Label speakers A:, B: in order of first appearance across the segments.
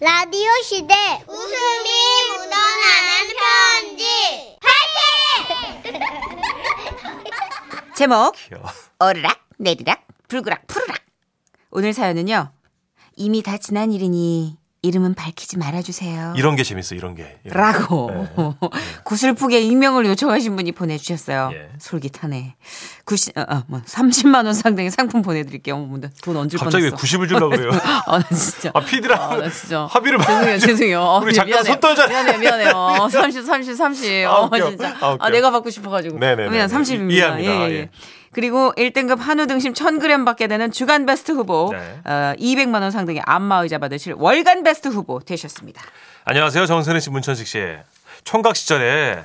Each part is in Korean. A: 라디오 시대 웃음이 묻어나는 편지
B: 제목
C: 귀여워.
B: 어르락 내리락 불그락 푸르락 오늘 사연은요 이미 다 지난 일이니 이름은 밝히지 말아주세요
C: 이런 게 재밌어 이런 게. 예. 이런
B: 라고
C: 네.
B: 구슬프게 익명을 요청하신 분이 보내주셨어요
C: 예.
B: 솔깃하네 90, 어, 어, 뭐 30만 원 상당의 상품 보내드릴게요 어머, 뭐, 나돈 얹을
C: 갑자기 왜
B: 뻔했어
C: 90을 주려고 그래요?
B: 아, 나 진짜.
C: 아, 피디랑
B: 아, 나 진짜.
C: 합의를 막-
B: 죄송해요, 죄송해요. 어,
C: 우리 잠깐
B: 미안해요.
C: 손 떨잖아요.
B: 미안해요, 미안해요. 어, 30, 30, 30.
C: 아,
B: 어,
C: 웃겨.
B: 진짜.
C: 아,
B: 아,
C: 웃겨.
B: 내가 받고 싶어가지고.
C: 네네네.
B: 그러면 30입니다.
C: 이해합니다.
B: 예, 예.
C: 예.
B: 그리고 1등급 한우 등심 1000g 받게 되는 주간 베스트 후보,
C: 네.
B: 어, 200만원 상당의 안마 의자 받으실 월간 베스트 후보 되셨습니다.
C: 안녕하세요 정선혜 씨 문천식 씨. 총각 시절에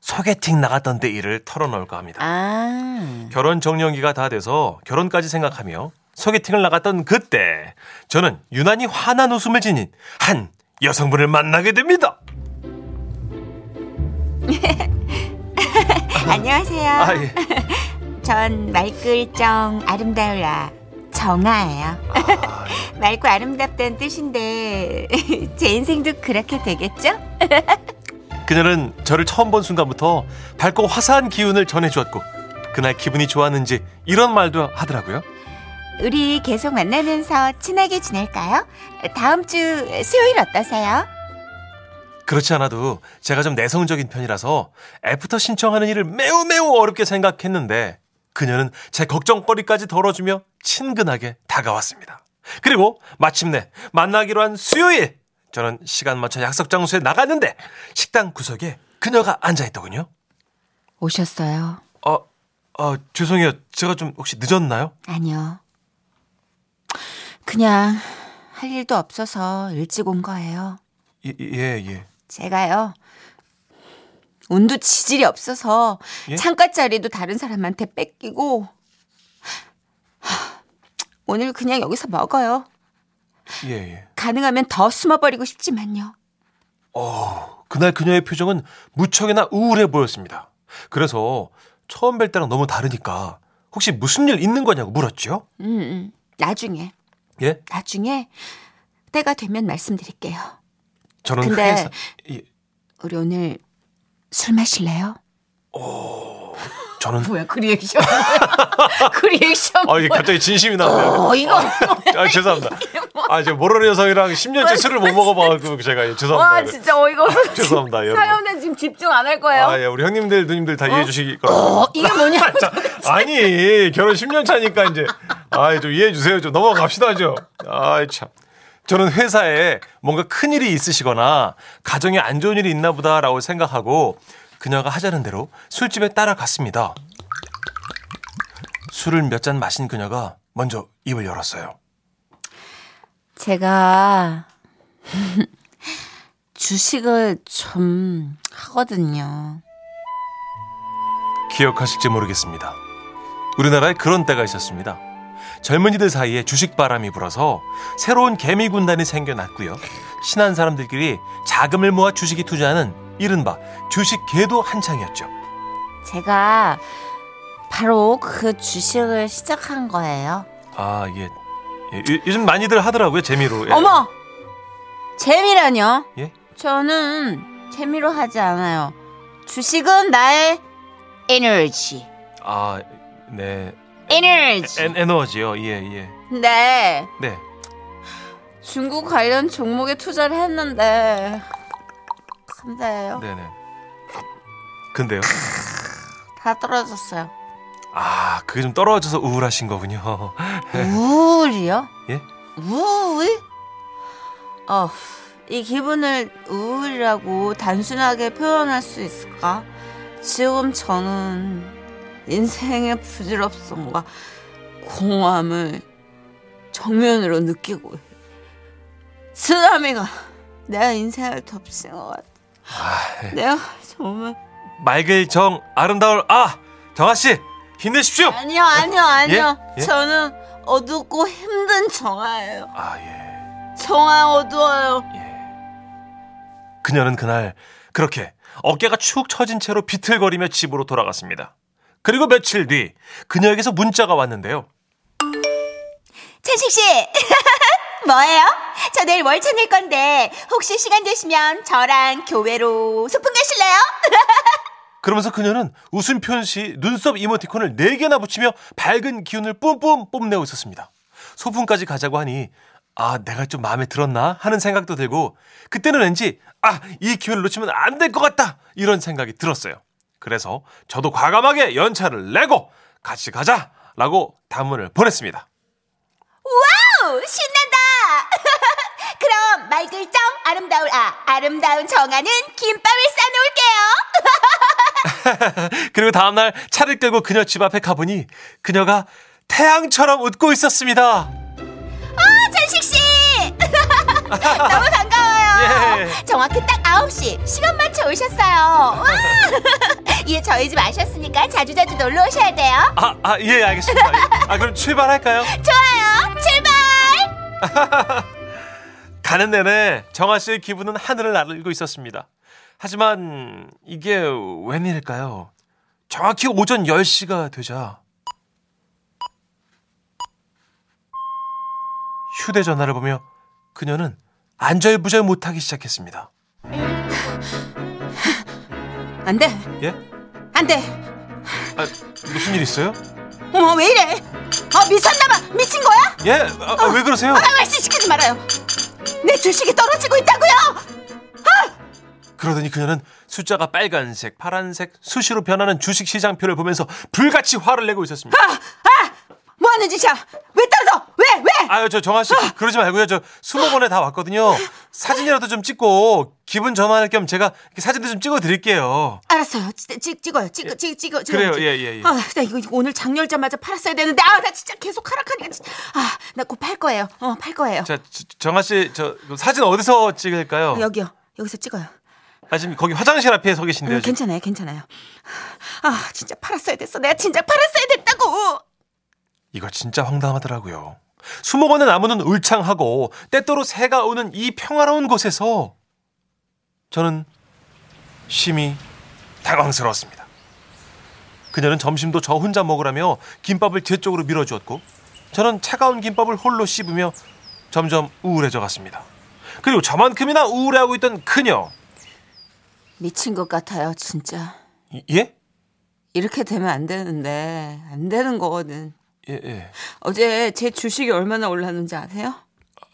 C: 소개팅 나갔던 때 일을 털어놓을까 합니다.
B: 아.
C: 결혼 정년기가 다 돼서 결혼까지 생각하며 소개팅을 나갔던 그때 저는 유난히 환한 웃음을 지닌 한 여성분을 만나게 됩니다.
B: 안녕하세요.
C: 아, 예.
B: 전 말글정 아름다울라 정아예요. 맑고 아름답다는 뜻인데 제 인생도 그렇게 되겠죠?
C: 그녀는 저를 처음 본 순간부터 밝고 화사한 기운을 전해주었고 그날 기분이 좋았는지 이런 말도 하더라고요.
B: 우리 계속 만나면서 친하게 지낼까요? 다음 주 수요일 어떠세요?
C: 그렇지 않아도 제가 좀 내성적인 편이라서 애프터 신청하는 일을 매우 매우 어렵게 생각했는데 그녀는 제 걱정거리까지 덜어주며 친근하게 다가왔습니다. 그리고 마침내 만나기로 한 수요일 저는 시간 맞춰 약속 장소에 나갔는데 식당 구석에 그녀가 앉아있더군요.
B: 오셨어요.
C: 아, 아 죄송해요. 제가 좀 혹시 늦었나요?
B: 아니요. 그냥 할 일도 없어서 일찍 온 거예요.
C: 예, 예. 예.
B: 제가요. 운도 지질이 없어서
C: 예?
B: 창가 자리도 다른 사람한테 뺏기고 하, 오늘 그냥 여기서 먹어요.
C: 예, 예.
B: 가능하면 더 숨어버리고 싶지만요.
C: 어, 그날 그녀의 표정은 무척이나 우울해 보였습니다. 그래서 처음 뵐 때랑 너무 다르니까 혹시 무슨 일 있는 거냐고 물었죠?
B: 음, 음, 나중에
C: 예?
B: 나중에 때가 되면 말씀드릴게요.
C: 저는
B: 근데-
C: 회사 예,
B: 우리 오늘 술 마실래요?
C: 저는
B: 뭐야 그 리액션? 그 리액션?
C: 아, 이게 갑자기 진심이 나와요.
B: 어 이거
C: 아, 죄송합니다.
B: 뭐,
C: 아, 이제 모르는 여성이랑 10년째 술을 못 먹어봐가지고 제가 예,
B: 아, 와
C: 죄송합니다.
B: 진짜 어이가 없어.
C: 죄송합니다, 여러분.
B: 사연에 지금 집중 안 할 거예요.
C: 아, 예, 우리 형님들, 누님들 다 이해해 주시기 거예요.
B: 어 이게 뭐냐?
C: 아니, 결혼 10년 차니까 이제, 아, 좀 이해해 주세요. 좀 넘어갑시다, 죠. 아, 참. 저는 회사에 뭔가 큰 일이 있으시거나 가정에 안 좋은 일이 있나 보다라고 생각하고 그녀가 하자는 대로 술집에 따라갔습니다. 술을 몇 잔 마신 그녀가 먼저 입을 열었어요.
B: 제가 주식을 좀 하거든요.
C: 기억하실지 모르겠습니다. 우리나라에 그런 때가 있었습니다. 젊은이들 사이에 주식 바람이 불어서 새로운 개미 군단이 생겨났고요. 친한 사람들끼리 자금을 모아 주식에 투자하는 이른바 주식 개도 한창이었죠.
B: 제가 바로 그 주식을 시작한 거예요.
C: 아, 예. 예, 요- 요즘 많이들 하더라고요, 재미로. 예.
B: 어머! 재미라뇨?
C: 예?
B: 저는 재미로 하지 않아요. 주식은 나의 에너지.
C: 아, 네.
B: 에너지.
C: 에, 에너지요. 예, 예.
B: 네.
C: 네.
B: 중국 관련 종목에 투자를 했는데 근데
C: 네, 네. 근데요.
B: 다 떨어졌어요.
C: 아, 그게 좀 떨어져서 우울하신 거군요.
B: 우울이요?
C: 예?
B: 우울? 어, 이 기분을 우울이라고 단순하게 표현할 수 있을까? 지금 저는 인생의 부질없음과 공허함을 정면으로 느끼고 있어요. 쓰나미가 내 인생을 덮친 것 같아. 내가 정말
C: 맑을 정 아름다울 아 정아 씨 힘내십시오.
B: 아니요 아니요 아니요
C: 예?
B: 저는 어둡고 힘든 정아예요.
C: 아 예.
B: 정아 어두워요.
C: 그녀는 그날 그렇게 어깨가 축 처진 채로 비틀거리며 집으로 돌아갔습니다. 그리고 며칠 뒤 그녀에게서 문자가 왔는데요.
B: 천식 씨 뭐예요? 저 내일 월차 낼 건데 혹시 시간 되시면 저랑 교회로 소풍 가실래요?
C: 그러면서 그녀는 웃음표 시 눈썹 이모티콘을 4개나 붙이며 밝은 기운을 뿜뿜 뽐내고 있었습니다. 소풍까지 가자고 하니 아 내가 좀 마음에 들었나 하는 생각도 들고 그때는 왠지 아 이 기회를 놓치면 안 될 것 같다 이런 생각이 들었어요. 그래서 저도 과감하게 연차를 내고 같이 가자 라고 담문을 보냈습니다.
B: 와우 신난다. 그럼 맑을 정 아름다울 아 아름다운 정하는 김밥을 싸놓을게요.
C: 그리고 다음날 차를 끌고 그녀 집 앞에 가보니 그녀가 태양처럼 웃고 있었습니다.
B: 아 전식 씨 너무 반가워요.
C: 예.
B: 정확히 딱 9시 시간 맞춰 오셨어요. 와. 예 저희 집 아셨으니까 자주자주 놀러 오셔야 돼요.
C: 아, 아, 예, 알겠습니다. 아, 그럼 출발할까요?
B: 좋아요 출발.
C: 가는 내내 정아 씨의 기분은 하늘을 날고 있었습니다. 하지만 이게 웬일일까요? 정확히 오전 10시가 되자 휴대전화를 보며 그녀는 안절부절 못하기 시작했습니다.
B: 안돼
C: 예?
B: 안돼.
C: 아, 무슨 일 있어요?
B: 어머 왜 이래? 어 미쳤나봐 미친 거야?
C: 예? 아, 아, 왜 그러세요?
B: 아, 말씀 시키지 말아요. 내 주식이 떨어지고 있다고요.
C: 그러더니 그녀는 숫자가 빨간색, 파란색, 수시로 변하는 주식 시장표를 보면서 불같이 화를 내고 있었습니다.
B: 아, 뭐 하는 짓이야? 왜 떨어져? 왜 왜?
C: 아유 저 정아 씨 그러지 말고요 저 수목원에 다 왔거든요 사진이라도 좀 찍고 기분 전환할 겸 제가 이렇게 사진도 좀 찍어 드릴게요
B: 알았어요. 찍, 찍 찍어요. 찍, 찍, 찍어. 찍어.
C: 그래요, 예, 예, 예.
B: 아, 나 이거, 이거 오늘 장열자마자 팔았어야 되는데, 아, 나 진짜 계속 하락하니까, 진짜. 아, 나 곧 팔 거예요. 어, 팔 거예요.
C: 자 저- 정아 씨저 사진 어디서 찍을까요
B: 아, 여기요. 여기서 찍어요.
C: 아 지금 거기 화장실 앞에 서 계신데요
B: 음,
C: 지금.
B: 괜찮아요, 괜찮아요. 아, 진짜 팔았어야 됐어. 내가 진짜 팔았어야 됐다고.
C: 이거 진짜 황당하더라고요 수목원의 나무는 울창하고 때때로 새가 오는 이 평화로운 곳에서 저는 심히 당황스러웠습니다. 그녀는 점심도 저 혼자 먹으라며 김밥을 제 쪽으로 밀어주었고 저는 차가운 김밥을 홀로 씹으며 점점 우울해져 갔습니다. 그리고 저만큼이나 우울해하고 있던 그녀.
B: 미친 것 같아요, 진짜.
C: 이- 예?
B: 이렇게 되면 안 되는데, 안 되는 거거든.
C: 예, 예.
B: 어제 제 주식이 얼마나 올랐는지 아세요?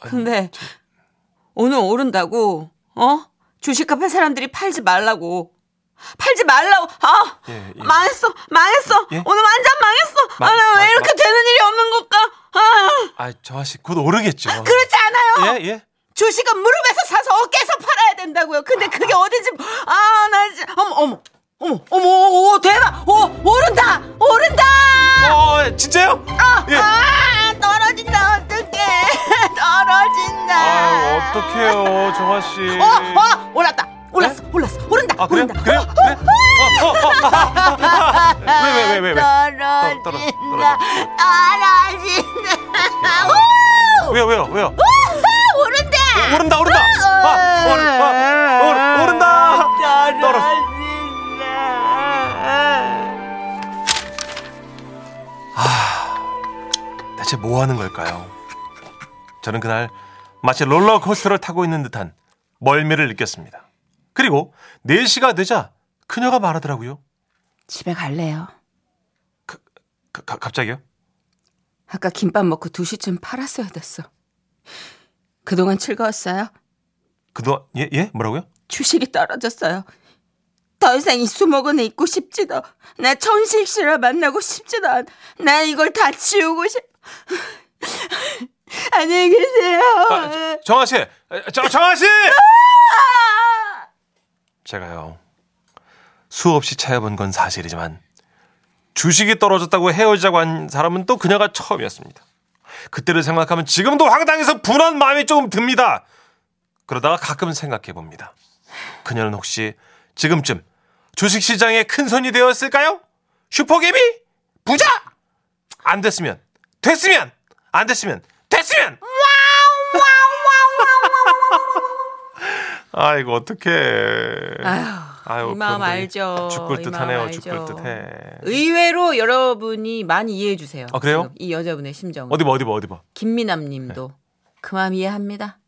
B: 근데 오늘 오른다고 어 주식 카페 사람들이 팔지 말라고 팔지 말라고 아
C: 예, 예.
B: 망했어 망했어
C: 예?
B: 오늘 완전 망했어
C: 망-
B: 아 나 왜
C: 망-
B: 이렇게
C: 망-
B: 되는 일이 없는 걸까 아
C: 아, 정아 씨 곧 오르겠죠.
B: 그렇지 않아요
C: 예, 예.
B: 주식은 무릎에서 사서 어깨에서 팔아야 된다고요 근데 그게 어딘지 아 나 어머 어머 어머 어머 오, 오, 대박 오 오른다 오른다
C: 어, 진짜요? 예.
B: 아 떨어진다 어떡해 떨어진다
C: 아유, 어떡해요, 정아 씨.
B: 어, 어, 올랐다. 올랐어, 올랐어, 오른다,
C: 아, 그래요?
B: 오른다.
C: 그래요? 그래? 어, 어, 어, 아, 아, 아. 왜, 왜, 왜, 왜, 왜? 떨어, 떨어,
B: 떨어진다, 떨어진다. 우!
C: 왜요, 왜요, 왜요?
B: 오른다.
C: 오른다, 오른다. 아, 오른, 아, 오른, 오른다. 떨어졌어.
B: 떨어진다.
C: 대체 뭐 하는 걸까요? 저는 그날 마치 롤러코스터를 타고 있는 듯한 멀미를 느꼈습니다. 그리고 4시가 되자 그녀가 말하더라고요.
B: 집에 갈래요.
C: 가- 가- 갑자기요?
B: 아까 김밥 먹고 2시쯤 팔았어야 됐어. 그동안 즐거웠어요?
C: 그동안, 예, 예? 뭐라고요?
B: 주식이 떨어졌어요. 더 이상 이 수목원에 있고 싶지도 나 천식 씨랑 만나고 싶지도 않. 나 이걸 다 지우고 싶. 안녕히 계세요.
C: 아, 저- 정아 씨! 아, 저, 정아 씨! 제가요, 수없이 차여본 건 사실이지만, 주식이 떨어졌다고 헤어지자고 한 사람은 또 그녀가 처음이었습니다. 그때를 생각하면 지금도 황당해서 분한 마음이 조금 듭니다. 그러다가 가끔 생각해 봅니다. 그녀는 혹시 지금쯤 주식시장의 큰 손이 되었을까요? 슈퍼개미? 부자? 안 됐으면, 됐으면, 안 됐으면, 됐으면! 아이고 어떡해. 아유,
D: 이 마음
C: 그런데
D: 알죠.
C: 죽을
D: 이
C: 듯
D: 마음
C: 하네요.
D: 알죠.
C: 죽을 듯 해.
D: 의외로 여러분이 많이 이해해 주세요.
C: 아, 그래요?
D: 지금 이 여자분의 심정.
C: 어디 봐 어디 봐 어디 봐.
D: 김미남 님도 그 마음 이해합니다.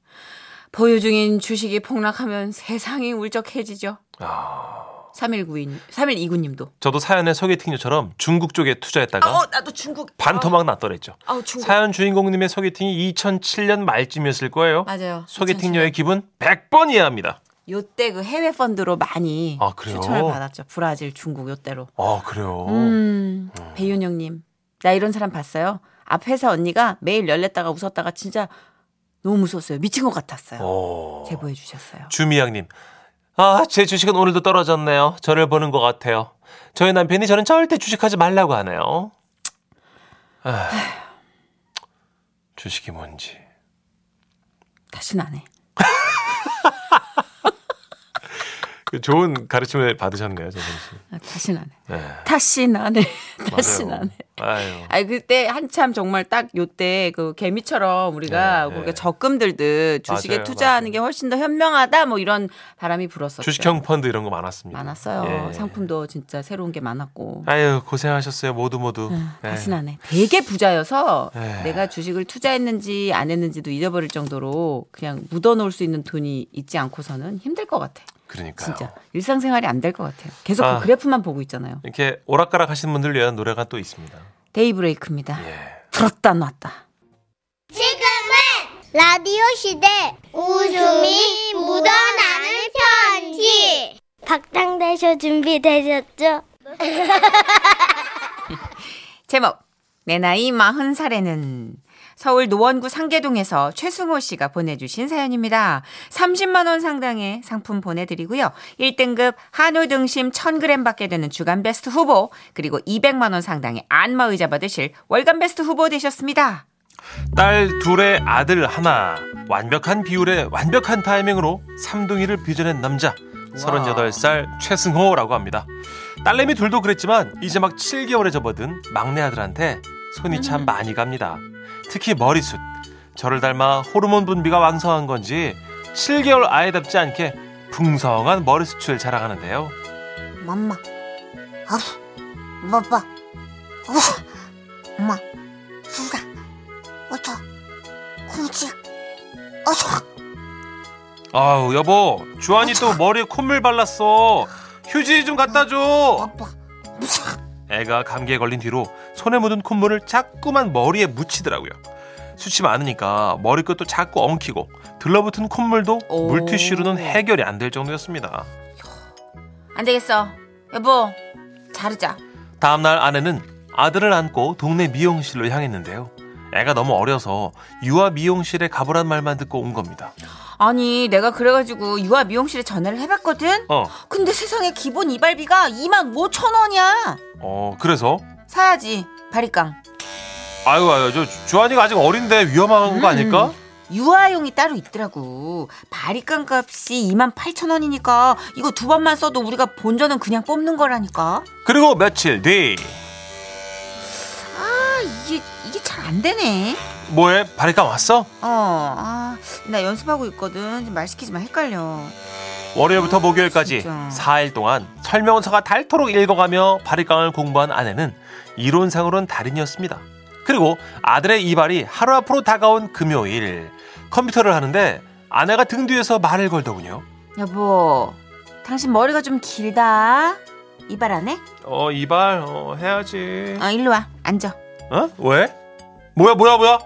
D: 보유 중인 주식이 폭락하면 세상이 울적해지죠.
C: 아.
D: 3192, 3129님도.
C: 저도 사연의 소개팅녀처럼 중국 쪽에 투자했다가
D: 아, 어, 나도 중국.
C: 반토막 났더랬죠.
D: 아우, 중국.
C: 사연 주인공님의 소개팅이 2007년 말쯤이었을 거예요.
D: 맞아요.
C: 소개팅녀의 기분 100번 이해합니다.
D: 요때 그 해외 펀드로 많이
C: 아, 그래요?
D: 추천을 받았죠. 브라질, 중국 요때로.
C: 아 그래요.
D: 음, 배윤영님. 나 이런 사람 봤어요. 앞 회사 언니가 매일 열렸다가 웃었다가 진짜 너무 무서웠어요. 미친 것 같았어요.
C: 오.
D: 제보해 주셨어요.
C: 주미양님, 아, 제 주식은 오늘도 떨어졌네요. 저를 보는 것 같아요. 저희 남편이 저는 절대 주식하지 말라고 하네요. 아, 주식이 뭔지.
D: 다시는 안 해.
C: 그 좋은 가르침을 받으셨네요, 재선 씨.
D: 아, 다시는 안 해.
C: 네,
D: 다시는 안 해. 다시는
C: 맞아요.
D: 안 해.
C: 아유.
D: 아니 그때 한참 정말 딱 요때 그 개미처럼 우리가
C: 네, 네.
D: 우리가 적금 들듯 주식에
C: 맞아요,
D: 투자하는
C: 맞아요.
D: 게 훨씬 더 현명하다 뭐 이런 바람이 불었었죠.
C: 주식형 펀드 이런 거 많았습니다.
D: 많았어요.
C: 예.
D: 상품도 진짜 새로운 게 많았고.
C: 아유, 고생하셨어요, 모두 모두. 네.
D: 다시는 안 해. 되게 부자여서
C: 네.
D: 내가 주식을 투자했는지 안 했는지도 잊어버릴 정도로 그냥 묻어놓을 수 있는 돈이 있지 않고서는 힘들 것 같아.
C: 그러니까요.
D: 진짜 일상생활이 안 될 것 같아요. 계속
C: 아.
D: 그 그래프만 보고 있잖아요.
C: 이렇게 오락가락 하시는 분들 위한 노래가 또 있습니다.
D: 데이브레이크입니다.
C: 예.
D: 들었다 놨다.
A: 지금은 라디오 시대 웃음이 묻어나는 편지
E: 박장대쇼 준비되셨죠?
D: 제목 내 나이 마흔 살에는 서울 노원구 상계동에서 최승호 씨가 보내주신 사연입니다. 30만 원 상당의 상품 보내드리고요. 1등급 한우 등심 1000g 받게 되는 주간베스트 후보 그리고 200만 원 상당의 안마의자 받으실 월간베스트 후보 되셨습니다.
C: 딸 둘의 아들 하나 완벽한 비율의 완벽한 타이밍으로 삼둥이를 빚어낸 남자 38살 최승호라고 합니다 딸내미 둘도 그랬지만 이제 막 7개월에 접어든 막내 아들한테 손이 참 많이 갑니다 특히 머리숱 저를 닮아 호르몬 분비가 왕성한 건지 7개월 아이답지 않게 풍성한 머리숱을 자랑하는데요
F: 맘마 아우 빠빠 우와 엄마 수다 어쩌 콩치 어쩌
C: 아우 여보 주한이 또 머리에 콧물 발랐어 휴지 좀 갖다 줘
F: 빠빠
C: 애가 감기에 걸린 뒤로 손에 묻은 콧물을 자꾸만 머리에 묻히더라고요. 숱이 많으니까 머리끝도 자꾸 엉키고 들러붙은 콧물도
D: 오.
C: 물티슈로는 해결이 안 될 정도였습니다.
D: 안 되겠어. 여보 자르자.
C: 다음날 아내는 아들을 안고 동네 미용실로 향했는데요. 애가 너무 어려서 유아 미용실에 가보란 말만 듣고 온 겁니다.
D: 아니 내가 그래가지고 유아 미용실에 전화를 해봤거든.
C: 어,
D: 근데 세상에 기본 이발비가 2만 5천 원이야.
C: 어 그래서
D: 사야지 바리깡
C: 아유 아유 저 주한이가 아직 어린데 위험한 거 아닐까?
D: 유아용이 따로 있더라고 바리깡 값이 2만 8천 원이니까 이거 두 번만 써도 우리가 본전은 그냥 뽑는 거라니까
C: 그리고 며칠 뒤
D: 아 이게 이게 잘 안 되네
C: 뭐해 바리깡 왔어?
D: 어아나 연습하고 있거든 좀 말 시키지 마 헷갈려
C: 월요일부터 목요일까지
D: 진짜.
C: 4일 동안 설명서가 닳도록 읽어가며 바리깡을 공부한 아내는 이론상으론 달인이었습니다. 그리고 아들의 이발이 하루 앞으로 다가온 금요일 컴퓨터를 하는데 아내가 등 뒤에서 말을 걸더군요.
D: 여보 당신 머리가 좀 길다 이발 안 해?
C: 어 이발 어, 해야지.
D: 어 일로 와 앉아
C: 어? 왜? 뭐야 뭐야 뭐야?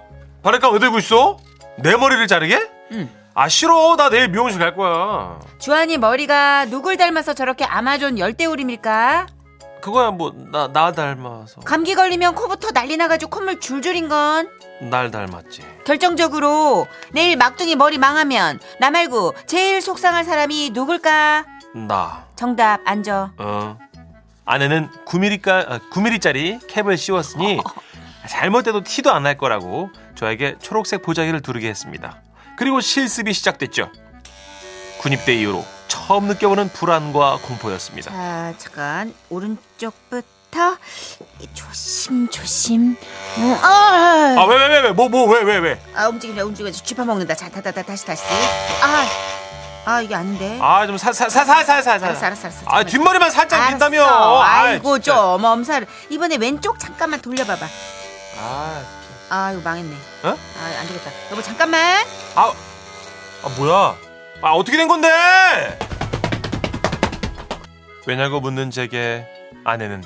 C: 바리깡 왜 들고 있어? 내 머리를 자르게?
D: 응.
C: 아 싫어 나 내일 미용실 갈 거야.
D: 주한이 머리가 누굴 닮아서 저렇게 아마존 열대우림일까?
C: 그거야 뭐 나 나 닮아서
D: 감기 걸리면 코부터 난리 나가지고 콧물 줄줄인 건
C: 날 닮았지.
D: 결정적으로 내일 막둥이 머리 망하면 나 말고 제일 속상할 사람이 누굴까?
C: 나.
D: 정답 앉아.
C: 어. 아내는 9mm가 9mm짜리 캡을 씌웠으니 잘못돼도 티도 안 날 거라고 저에게 초록색 보자기를 두르게 했습니다. 그리고 실습이 시작됐죠. 군입대 이후로 처음 느껴보는 불안과 공포였습니다.
D: 자 잠깐 오른쪽부터 조심 조심. 음, 아,
C: 아 왜 왜 왜 왜 뭐 뭐 왜 왜 왜?
D: 아 움직이자 움직이자 쥐파 먹는다. 자 다다다 다시 다시. 아, 아 이게 아닌데.
C: 아 좀 사 사 사 사 사
D: 알았어
C: 사.
D: 알았어 알았어.
C: 아 뒷머리만 살짝 민다며.
D: 알았어.
C: 아이,
D: 아이고
C: 진짜.
D: 좀 엄살. 이번에 왼쪽 잠깐만 돌려봐봐.
C: 아, 진짜.
D: 아 이거 망했네.
C: 어?
D: 아안 되겠다. 여보 잠깐만.
C: 아, 아 뭐야? 아 어떻게 된 건데? 왜냐고 묻는 제게 아내는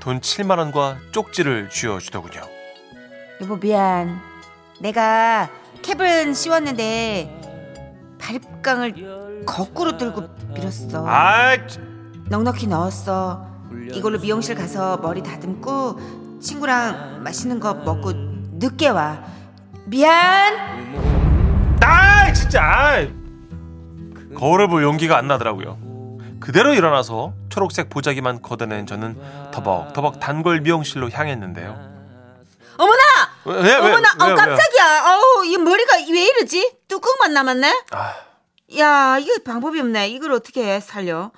C: 돈 7만 원과 쪽지를 쥐어주더군요.
D: 여보 미안. 내가 캡은 씌웠는데 발입강을 거꾸로 들고 밀었어.
C: 아,
D: 넉넉히 넣었어. 이걸로 미용실 가서 머리 다듬고 친구랑 맛있는 거 먹고 늦게 와. 미안.
C: 나 진짜. 아이. 거울을 볼 용기가 안 나더라고요. 그대로 일어나서 초록색 보자기만 걷어낸 저는 터벅터벅 단골 미용실로 향했는데요.
D: 어머나!
C: 왜, 왜, 왜,
D: 어머나!
C: 왜,
D: 어
C: 왜?
D: 깜짝이야. 어우 이 머리가 왜 이러지? 뚜껑만 남았네.
C: 아,
D: 야 이거 방법이 없네. 이걸 어떻게 살려?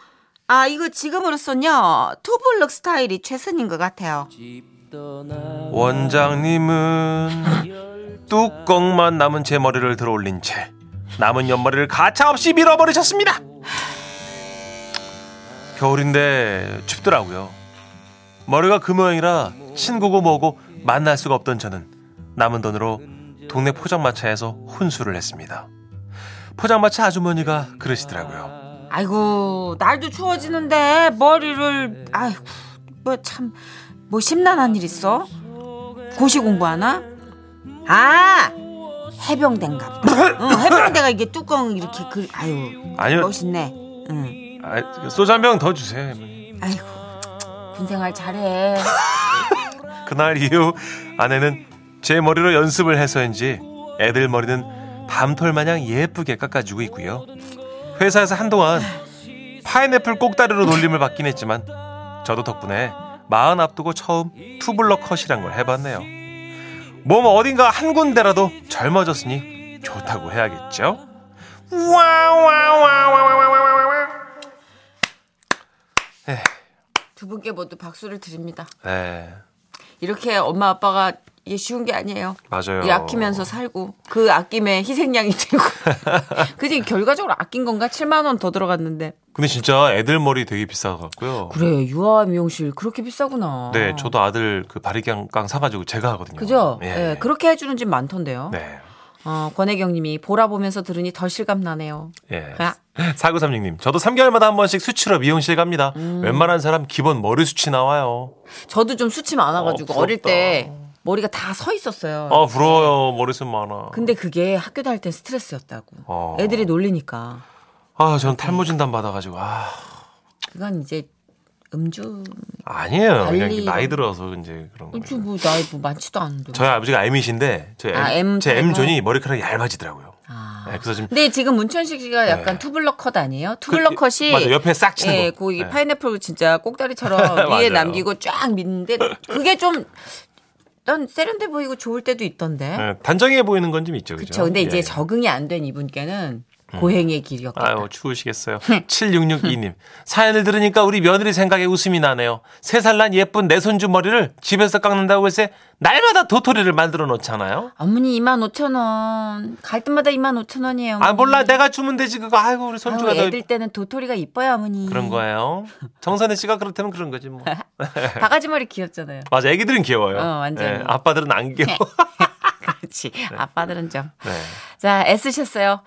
D: 아 이거 지금으로선요 투블럭 스타일이 최선인 것 같아요.
C: 원장님은 뚜껑만 남은 제 머리를 들어올린 채 남은 옆머리를 가차없이 밀어버리셨습니다. 겨울인데 춥더라고요. 머리가 그 모양이라 친구고 뭐고 만날 수가 없던 저는 남은 돈으로 동네 포장마차에서 혼수를 했습니다. 포장마차 아주머니가 그러시더라고요.
D: 아이고 날도 추워지는데 머리를 아이고 뭐 참 뭐 심란한 일 있어? 고시 공부하나? 아 해병대인가? 보다. 응, 해병대가 이게 뚜껑 이렇게 그 아유
C: 아니요.
D: 멋있네. 응.
C: 아, 소주 한 병 더 주세요. 할머니.
D: 아이고 군생활 잘해.
C: 그날 이후 아내는 제 머리로 연습을 해서인지 애들 머리는 밤톨 마냥 예쁘게 깎아주고 있고요. 회사에서 한동안 파인애플 꼭다리로 놀림을 받긴 했지만 저도 덕분에 마흔 앞두고 처음 투블럭 컷이란 걸 해봤네요. 몸 어딘가 한 군데라도 젊어졌으니 좋다고 해야겠죠? 와와와와와와와와.
D: 두 분께 모두 박수를 드립니다.
C: 네,
D: 이렇게 엄마 아빠가 이게 쉬운 게 아니에요.
C: 맞아요.
D: 이 아끼면서 살고 그 아낌에 희생양이 되고 그지 결과적으로 아낀 건가? 7만 원 더 들어갔는데.
C: 근데 진짜 애들 머리 되게 비싸 갖고요.
D: 그래 유아 미용실 그렇게 비싸구나.
C: 네, 저도 아들 그 바리깡깡 사가지고 제가 하거든요.
D: 그죠?
C: 예.
D: 예, 그렇게 해주는 집 많던데요.
C: 네.
D: 어, 권혜경님이 보라 보면서 들으니 덜 실감 나네요.
C: 예.
D: 아.
C: 4936님, 저도 3개월마다 한 번씩 수치로 미용실 갑니다.
D: 음.
C: 웬만한 사람 기본 머리 수치 나와요.
D: 저도 좀 수치 많아가지고
C: 어,
D: 어, 릴
C: 부럽다.
D: 때 머리가 다 서 있었어요.
C: 아, 부러워요. 머리숱 많아.
D: 근데 그게 학교 다닐 땐 스트레스였다고.
C: 어.
D: 애들이 놀리니까.
C: 아, 전 탈모 진단 받아가지고. 아,
D: 그건 이제 음주
C: 아니에요. 그냥
D: 관리-
C: 나이 들어서 이제 그런
D: 음주
C: 거예요.
D: 뭐 나이 뭐 많지도 않은데.
C: 저희 아버지가 M이신데, 저 M,
D: 아, M
C: 제
D: 타입은?
C: M존이 머리카락이 얇아지더라고요.
D: 아.
C: 예, 그래서 지금.
D: 근데 지금 문천식 씨가 약간 투블럭 컷 아니에요? 투블럭 컷이
C: 네. 그, 맞아, 옆에 싹 치는
D: 예,
C: 거.
D: 그 이
C: 예.
D: 파인애플 진짜 꼭다리처럼 위에
C: 맞아요.
D: 남기고 쫙 믿는데 그게 좀난 세련돼 보이고 좋을 때도 있던데.
C: 예, 단정해 보이는 건 좀 있죠. 그죠?
D: 그렇죠. 근데 이제
C: 예. 음.
D: 적응이 안 된 이분께는 고행의 길이었겠다.
C: 아유 추우시겠어요. 7662님 사연을 들으니까 우리 며느리 생각에 웃음이 나네요. 세 살 난 예쁜 내 손주 머리를 집에서 깎는다고 해서 날마다 도토리를 만들어 놓잖아요.
D: 어머니 2만 5천 원. 갈 때마다 2만 5천 원이에요.
C: 아
D: 어머니.
C: 몰라 내가 주면 되지 그거 아이고 우리
D: 아유,
C: 손주가 더
D: 애들 때는 도토리가 이뻐요, 어머니.
C: 그런 거예요. 정선혜 씨가 그렇다면 그런 거지 뭐.
D: 바가지 머리 귀엽잖아요.
C: 맞아 애기들은 귀여워요.
D: 어, 완전히.
C: 예, 아빠들은 안 귀여워.
D: 그렇지. 아빠들은 좀.
C: 네.
D: 자, 애쓰셨어요.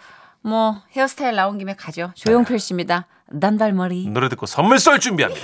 D: 뭐 헤어스타일 나온 김에 가죠. 조용필 씨입니다. 난달머리.
C: 노래 듣고 네. 선물 쏠 준비합니다.